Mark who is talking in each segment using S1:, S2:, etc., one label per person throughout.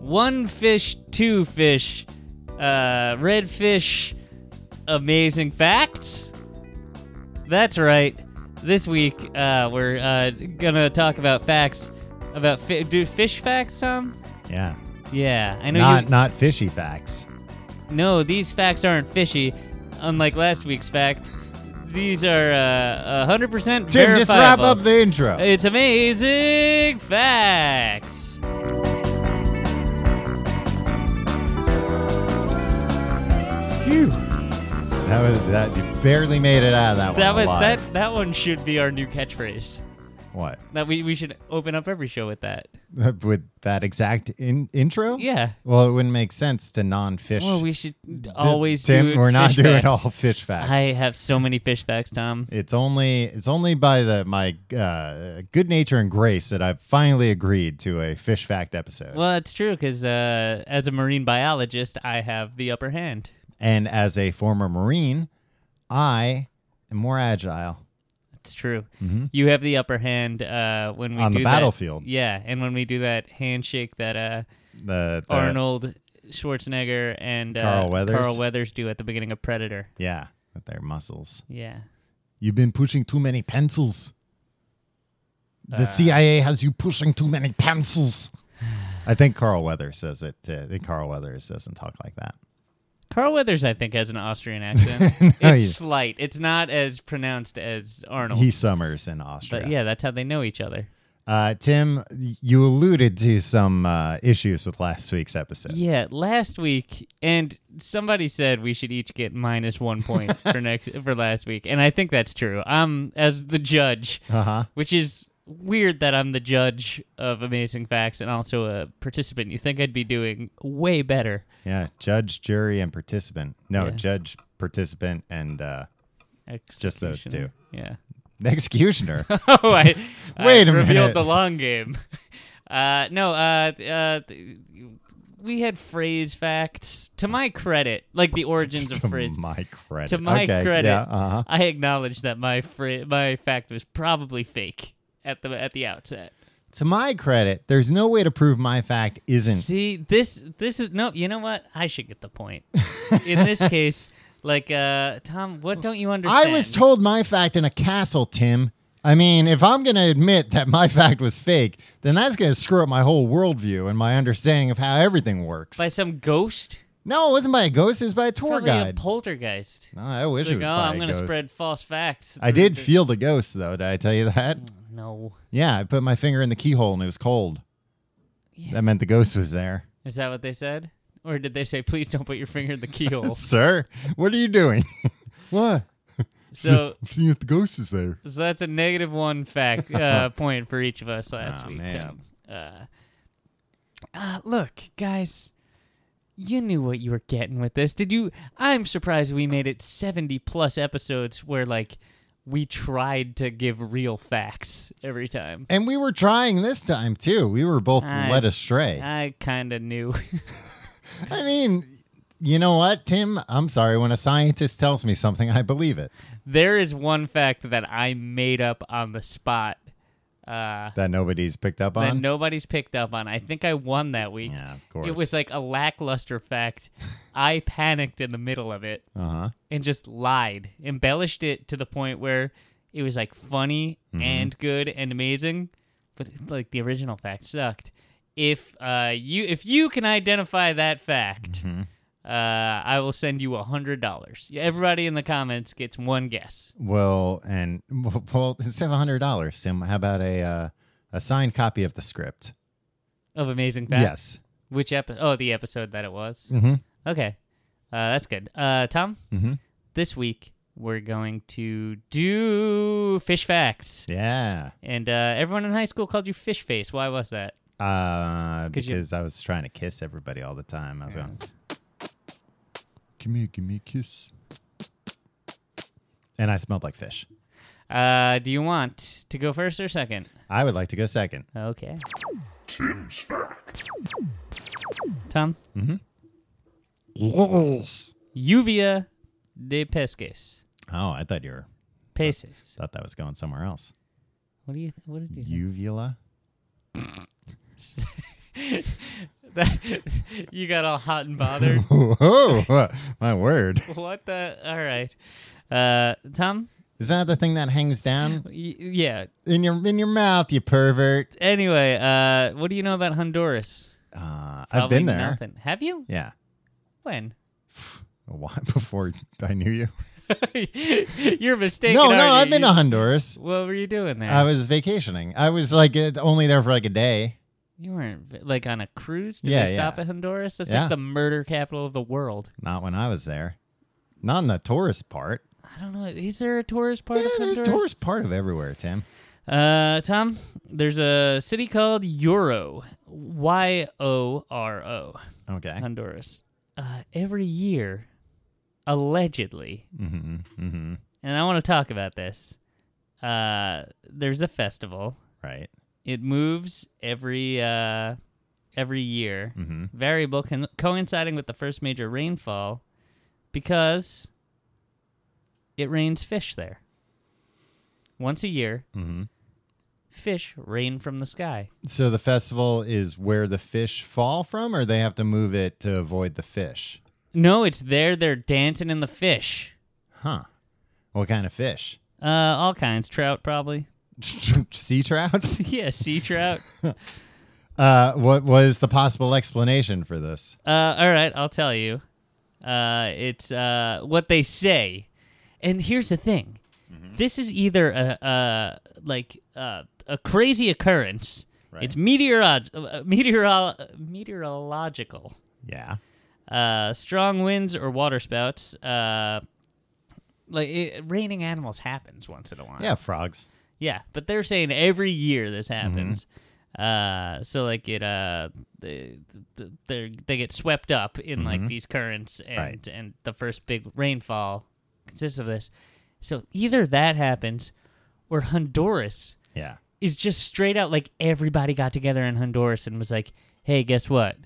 S1: one fish, two fish, uh, red fish, amazing facts. That's right. This week uh, we're uh, gonna talk about facts about fi- do fish facts, Tom.
S2: Yeah.
S1: Yeah, I know.
S2: Not
S1: you-
S2: not fishy facts.
S1: no, these facts aren't fishy, unlike last week's fact. These are uh, 100%
S2: Tim,
S1: verifiable.
S2: just wrap up the intro.
S1: It's amazing facts.
S2: Phew. That was that. You barely made it out of that one.
S1: That was
S2: alive.
S1: that. That one should be our new catchphrase.
S2: What?
S1: That we, we should open up every show with that.
S2: With that exact in- intro?
S1: Yeah.
S2: Well, it wouldn't make sense to non-fish.
S1: Well, we should
S2: T-
S1: always
S2: Tim,
S1: do.
S2: we're not
S1: fish
S2: doing
S1: facts.
S2: all fish facts.
S1: I have so many fish facts, Tom.
S2: It's only it's only by the my uh, good nature and grace that I've finally agreed to a fish fact episode.
S1: Well, it's true because uh, as a marine biologist, I have the upper hand.
S2: and as a former Marine, I am more agile.
S1: It's true.
S2: Mm-hmm.
S1: You have the upper hand uh, when we
S2: On
S1: do
S2: the
S1: that-
S2: battlefield.
S1: Yeah, and when we do that handshake that uh,
S2: The, the-
S1: Arnold Schwarzenegger and uh,
S2: Carl Weathers.
S1: Carl Weathers do at the beginning of Predator.
S2: yeah, with their muscles.
S1: Yeah.
S2: You've been pushing too many pencils. The
S1: Uh,
S2: CIA has you pushing too many pencils. I think Carl Weathers says it. uh, I think Carl Weathers doesn't talk like that.
S1: Carl Weathers, I think, has an Austrian accent.
S2: No,
S1: it's
S2: he-
S1: slight. It's not as pronounced as Arnold.
S2: He summers in Austria.
S1: but yeah, that's how they know each other.
S2: Uh, Tim, you alluded to some uh, issues with last week's episode.
S1: Yeah, last week, and somebody said we should each get minus one point for next for last week, and I think that's true. I'm as the judge,
S2: Uh huh.
S1: which is weird that I'm the judge of amazing facts and also a participant. You think I'd be doing way better?
S2: Yeah. Judge, jury, and participant. No,
S1: Yeah.
S2: judge, participant, and uh, Just those two.
S1: Executioner. Yeah.
S2: executioner.
S1: oh, I,
S2: Wait
S1: I
S2: a
S1: revealed
S2: minute.
S1: the long game. Uh, no, uh, uh, we had phrase facts. To my credit, like the origins of
S2: to
S1: phrase.
S2: my credit.
S1: To my
S2: Okay,
S1: credit,
S2: Yeah, uh-huh.
S1: I acknowledge that my fra- my fact was probably fake at the at the outset.
S2: To my credit, there's no way to prove my fact isn't.
S1: See, this this is no. You know what? I should get the point. In this case, like uh, Tom, what don't you understand?
S2: I was told my fact in a castle, Tim. I mean, if I'm going to admit that my fact was fake, then that's going to screw up my whole worldview and my understanding of how everything works.
S1: by some ghost,
S2: no, it wasn't by a ghost. It was by a tour
S1: probably
S2: guide.
S1: a poltergeist.
S2: no, I wish it
S1: Like,
S2: was
S1: oh,
S2: by
S1: I'm
S2: a
S1: gonna
S2: ghost.
S1: spread false facts.
S2: I
S1: through
S2: did
S1: the- Mm.
S2: feel the ghost, though. Did I tell you that?
S1: No.
S2: Yeah, I put my finger in the keyhole and it was cold.
S1: Yeah.
S2: That meant the ghost was there.
S1: Is that what they said? Or did they say, please don't put your finger in the keyhole?
S2: Sir, what are you doing? what?
S1: so,
S2: I'm seeing if the ghost is there.
S1: so that's a negative one fact uh, point for each of us last
S2: Aw,
S1: week.
S2: man.
S1: Tom. Uh, uh, look, guys, you knew what you were getting with this. Did you? I'm surprised we made it 70 plus episodes where, like, we tried to give real facts every time.
S2: And we were trying this time too. We were both
S1: I-
S2: led astray. I,
S1: I kind of knew.
S2: mean, you know what, Tim? I'm sorry. When a scientist tells me something, I believe it.
S1: there is one fact that I made up on the spot. Uh,
S2: That nobody's picked up
S1: that
S2: on.
S1: nobody's picked up on. I think I won that week.
S2: yeah, of course.
S1: it was like a lackluster fact. I panicked in the middle of it
S2: uh huh.
S1: and just lied, embellished it to the point where it was like funny and good and amazing, but like the original fact sucked. If uh, you if you can identify that fact, uh, I will send you a hundred dollars. Everybody in the comments gets one guess.
S2: Well, and well, instead of hundred dollars, Tim, how about a uh, a signed copy of the script?
S1: Of amazing fact.
S2: Yes.
S1: Which episode? Oh, the episode that it was.
S2: Mm-hmm.
S1: Okay, uh, that's good. Uh, Tom,
S2: Mm-hmm.
S1: this week we're going to do fish facts,
S2: Yeah.
S1: and uh, everyone in high school called you fish face. Why was that?
S2: Uh,
S1: 'Cause you-
S2: because I was trying to kiss everybody all the time. I was going, "Come here, give me a kiss," and I smelled like fish.
S1: Uh, do you want to go first or second?
S2: I would like to go second.
S1: Okay. Tim's fact. Tom,
S2: Yes.
S1: uvea de pesques.
S2: Oh, I thought you were
S1: Peces.
S2: thought that was going somewhere else.
S1: What do you? What did you?
S2: Uvula.
S1: that you got all hot and bothered.
S2: Whoa, my word.
S1: what the? All right, uh, Tom.
S2: Is that the thing that hangs down
S1: Y- yeah.
S2: in your in your mouth, you pervert?
S1: Anyway, uh, what do you know about Honduras?
S2: Uh, I've been
S1: Probably
S2: there.
S1: Nothing. Have you?
S2: Yeah.
S1: When?
S2: A while before I knew you.
S1: You're mistaken.
S2: No,
S1: aren't
S2: no,
S1: you?
S2: I've been
S1: You-
S2: to Honduras.
S1: What were you doing there?
S2: I was vacationing. I was like uh, only there for like a day.
S1: you weren't like on a cruise. Did
S2: Yeah,
S1: they stop
S2: yeah.
S1: at Honduras? That's
S2: Yeah.
S1: like the murder capital of the world.
S2: Not when I was there. Not in the tourist part.
S1: I don't know. Is there a tourist part
S2: Yeah,
S1: of
S2: there's
S1: Honduras?
S2: tourist part of everywhere, Tim.
S1: Uh, Tom, there's a city called Euro, Y O R O,
S2: Okay.
S1: Honduras. Uh, every year, allegedly,
S2: Mm-hmm. Mm-hmm.
S1: and I want to talk about this. Uh, there's a festival.
S2: Right.
S1: It moves every uh, every year,
S2: Mm-hmm.
S1: variable con- coinciding with the first major rainfall, because it rains fish there. Once a year,
S2: Mm-hmm.
S1: fish rain from the sky.
S2: So the festival is where the fish fall from, or they have to move it to avoid the fish?
S1: No, it's there. They're dancing in the fish.
S2: Huh. What kind of fish?
S1: Uh, all kinds. Trout, probably.
S2: sea trout?
S1: yeah, sea trout.
S2: Uh, what was the possible explanation for this?
S1: Uh, all right, I'll tell you. Uh, it's uh, what they say. And here's the thing. This is either a, a like uh, a crazy occurrence.
S2: Right.
S1: It's meteorog- uh, meteorol- meteorological.
S2: Yeah.
S1: Uh, strong winds or waterspouts. Uh, like it, raining animals happens once in a while.
S2: Yeah, Uh, frogs.
S1: Yeah, but they're saying every year this happens. Uh, so like it uh, they they they get swept up in like these currents and
S2: Right.
S1: and the first big rainfall consists of this. So either that happens, or Honduras
S2: Yeah.
S1: is just straight out like everybody got together in Honduras and was like, "Hey, guess what?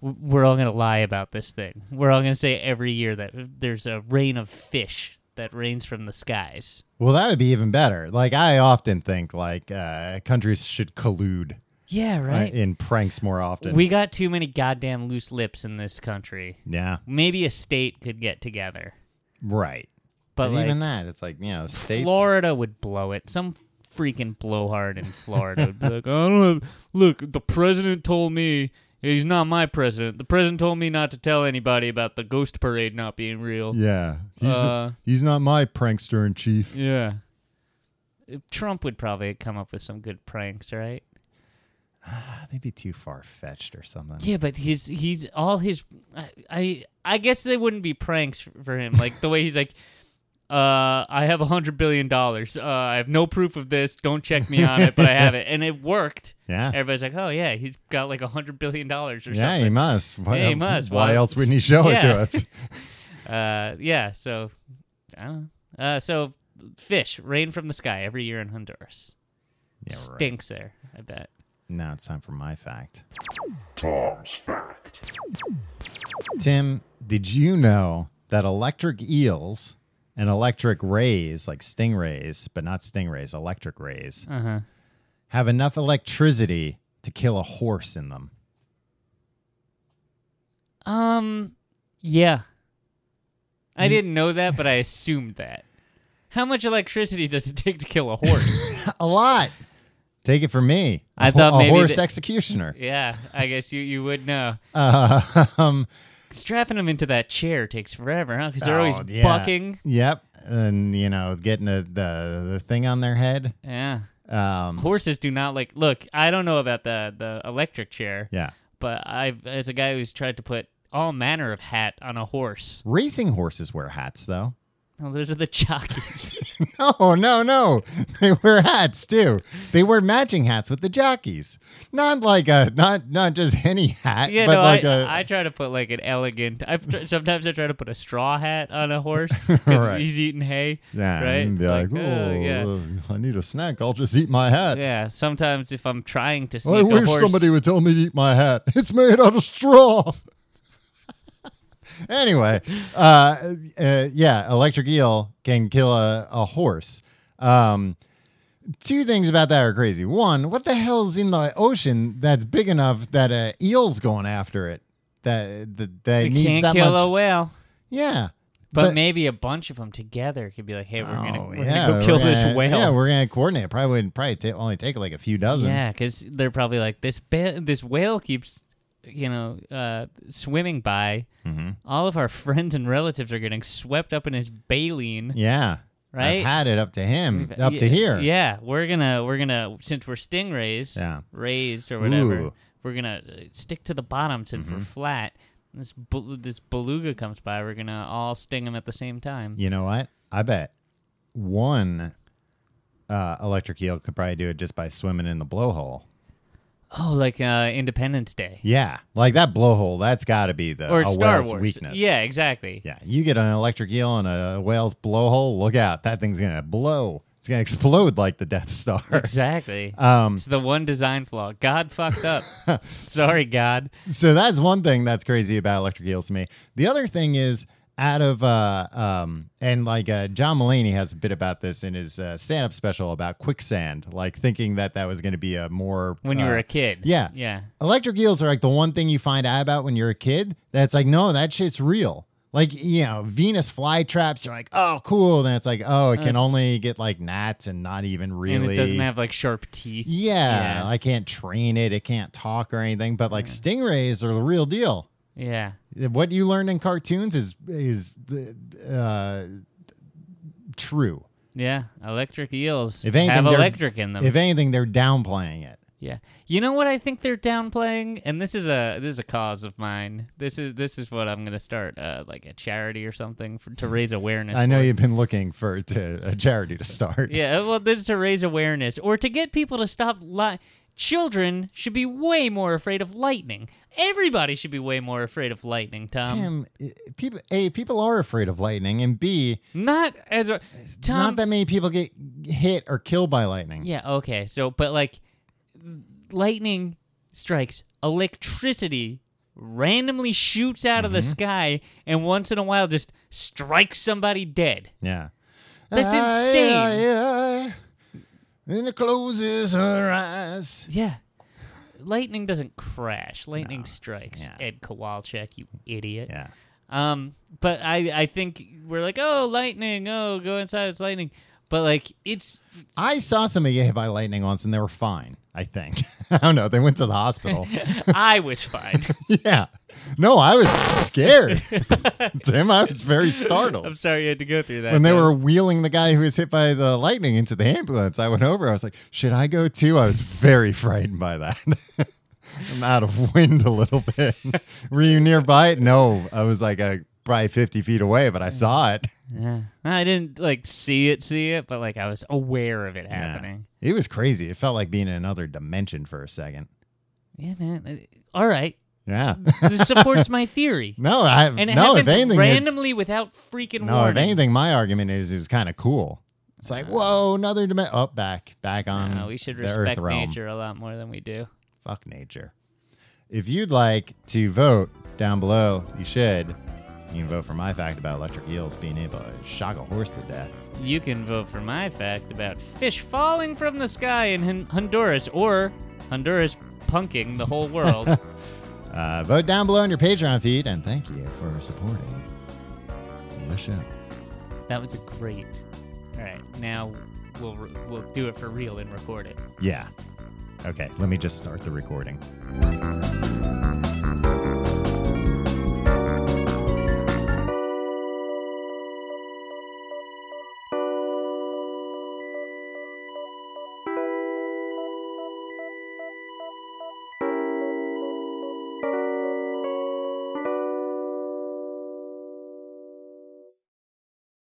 S1: W- We're all gonna lie about this thing. We're all gonna say every year that there's a rain of fish that rains from the skies."
S2: Well, that would be even better. Like I often think, like uh, countries should collude
S1: Yeah,
S2: uh,
S1: right.
S2: in pranks more often.
S1: We got too many goddamn loose lips in this country.
S2: yeah,
S1: Maybe a state could get together,
S2: right.
S1: but
S2: And
S1: like
S2: even that, it's like you know, states.
S1: Florida would blow it. Some freaking blowhard in Florida would be like, "I don't have, look, the president told me he's not my president. The president told me not to tell anybody about the ghost parade not being real."
S2: yeah, he's
S1: Uh,
S2: he's not my prankster in chief.
S1: yeah. Trump would probably come up with some good pranks, right?
S2: They'd be too far fetched or something.
S1: Yeah, but he's he's all his. I I, I guess they wouldn't be pranks f- for him. Like the way he's like, uh, I have a hundred billion dollars. Uh, I have no proof of this. Don't check me on it, but I have it, and it worked.
S2: Yeah, yeah,
S1: Everybody's like, oh yeah, he's got like a hundred billion dollars or
S2: he
S1: something.
S2: must. Why,
S1: Yeah, he must.
S2: Why
S1: Well,
S2: else wouldn't he show it
S1: yeah.
S2: to us?
S1: Uh, yeah. So, I don't know. Uh, so fish rain from the sky every year in Honduras.
S2: yeah, right.
S1: Stinks there, I bet.
S2: Now it's time for my fact.
S3: Tom's Fact.
S2: Tim, did you know that electric eels and electric rays, like stingrays, but not stingrays, electric rays,
S1: Uh huh.
S2: have enough electricity to kill a horse in them?
S1: Um, yeah. I didn't know that, but I assumed that. How much electricity does it take to kill a horse?
S2: a lot. Take it from me. I
S1: I thought
S2: a
S1: maybe
S2: horse
S1: that-
S2: executioner.
S1: yeah, I guess you, you would know.
S2: Uh, um,
S1: Strapping them into that chair takes forever, huh? Because they're always
S2: oh, yeah.
S1: bucking. Yep.
S2: Yep, and you know, getting the the, the thing on their head.
S1: Yeah.
S2: Um,
S1: Horses do not like. Look, I don't know about the the electric chair,
S2: yeah,
S1: but I as a guy who's tried to put all manner of hat on a horse.
S2: racing horses wear hats though.
S1: Oh, those are the jockeys.
S2: No, no, no. They wear hats too. They wear matching hats with the jockeys. Not like a not not just any hat,
S1: Yeah,
S2: but
S1: no,
S2: like
S1: I,
S2: a
S1: I try to put like an elegant. I've tr- sometimes I try to put a straw hat on a horse because
S2: Right.
S1: he's eating hay.
S2: yeah,
S1: right.
S2: and be
S1: It's
S2: like,
S1: like,
S2: oh,
S1: oh, yeah."
S2: I need a snack. I'll just eat my hat.
S1: Yeah. Sometimes if I'm trying to
S2: I
S1: sneak a
S2: wish
S1: horse,
S2: somebody would tell me to eat my hat. It's made out of straw. anyway, uh, uh, yeah, electric eel can kill a, a horse. Um, two things about that are crazy. One, what the hell's in the ocean that's big enough that a eel's going after it? That that, that
S1: you
S2: needs
S1: can't
S2: that
S1: kill
S2: much.
S1: a whale.
S2: yeah.
S1: But, maybe a bunch of them together could be like, hey, we're gonna,
S2: Oh,
S1: we're
S2: yeah,
S1: gonna go kill
S2: we're
S1: this
S2: gonna- Yeah,
S1: whale.
S2: we're gonna coordinate. It Probably wouldn't probably ta- only take like a few dozen.
S1: Yeah, because they're probably like this. Ba- this whale keeps, you know, uh, swimming by.
S2: Mm-hmm.
S1: All of our friends and relatives are getting swept up in his baleen.
S2: Yeah.
S1: Right?
S2: I've had it up to him,
S1: We've-
S2: up to
S1: yeah,
S2: here.
S1: Yeah, we're gonna we're gonna since we're stingrays,
S2: Yeah.
S1: rays or whatever,
S2: Ooh. Mm-hmm.
S1: we're gonna uh, stick to the bottom since we're flat. And This bel- this beluga comes by, we're gonna all sting him at the same time.
S2: You know what? I bet one uh, electric eel could probably do it just by swimming in the blowhole.
S1: Oh, like uh, Independence Day
S2: Yeah, like that blowhole. That's got to be the
S1: or
S2: a
S1: Star
S2: whale's
S1: Wars.
S2: weakness.
S1: Yeah, exactly.
S2: yeah. You get an electric eel and a whale's blowhole. Look out! That thing's gonna blow. It's gonna explode like the Death Star.
S1: Exactly.
S2: Um,
S1: it's the one design flaw. God fucked up. Sorry, God.
S2: so that's one thing that's crazy about electric eels to me. The other thing is out of uh um and like uh John Mulaney has a bit about this in his uh, stand-up special about quicksand, like thinking that that was going to be a more
S1: When you
S2: uh,
S1: were a kid.
S2: yeah.
S1: Yeah.
S2: electric eels are like the one thing you find out about when you're a kid that's like no that shit's real like you know venus flytraps you're like oh cool then it's like oh it can only get like gnats and not even really
S1: And it doesn't have like sharp teeth.
S2: yeah,
S1: Yeah.
S2: i can't train it it can't talk or anything but like stingrays are the real deal
S1: Yeah.
S2: what you learned in cartoons is is the uh true
S1: Yeah. Electric eels
S2: If anything,
S1: have
S2: they're-
S1: electric in them.
S2: if anything they're downplaying it
S1: Yeah. You know what I think they're downplaying? And this is a this is a cause of mine. This is this is what I'm gonna start uh, like a charity or something for, to raise awareness.
S2: i know
S1: for.
S2: you've been looking for to a charity to start
S1: Yeah, uh, well this is to raise awareness or to get people to stop lying. Children should be way more afraid of lightning. Everybody should be way more afraid of lightning, Tom.
S2: Tim, i- people a people are afraid of lightning, and b
S1: Not as a Tom
S2: not that many people get hit or killed by lightning.
S1: Yeah, okay. So, but like, lightning strikes, electricity randomly shoots out of the
S2: Mm-hmm.
S1: sky, and once in a while just strikes somebody dead.
S2: Yeah.
S1: That's
S2: Ah,
S1: insane.
S2: yeah, yeah. And it closes her eyes.
S1: Yeah. Lightning doesn't crash. Lightning strikes.
S2: Yeah.
S1: Ed Kowalczyk, you idiot.
S2: Yeah.
S1: Um, but I, I think we're like, oh, lightning. Oh, go inside. It's lightning. But like, it's
S2: I saw somebody get hit by lightning once, and they were fine. I think. I don't know. They went to the hospital.
S1: I was fine.
S2: yeah. No, I was scared. Tim, I was very
S1: I'm
S2: startled.
S1: sorry you had to go through that.
S2: When they
S1: Joe.
S2: were wheeling the guy who was hit by the lightning into the ambulance, I went over. I was like, should I go too? I was very frightened by that. I'm out of wind a little bit. Were you nearby it? No. I was like uh, probably 50 feet away, but I saw it.
S1: Yeah. I didn't like see it, see it, but like I was aware of it happening.
S2: It was crazy. It felt like being in another dimension for a second.
S1: Yeah, man. Uh, All right.
S2: Yeah.
S1: This supports my theory.
S2: no, I
S1: And it
S2: no, if
S1: happens
S2: anything, it's-
S1: randomly without freaking
S2: No, if
S1: warning.
S2: anything, my argument is it was kind of cool. It's like, whoa, another dimension. Up, back, back on.
S1: No, we should
S2: um, the
S1: respect
S2: Earth realm.
S1: nature a lot more than we do.
S2: Fuck nature. If you'd like to vote down below, you should. You can vote for my fact about electric eels being able to shock a horse to death.
S1: You can vote for my fact about fish falling from the sky in Hon- Honduras or Honduras punking the whole world.
S2: Uh, vote down below in your Patreon feed, and thank you for supporting the show.
S1: that was a great. All right. Now we'll re- we'll do it for real and record it.
S2: Yeah. Okay, let me just start the recording.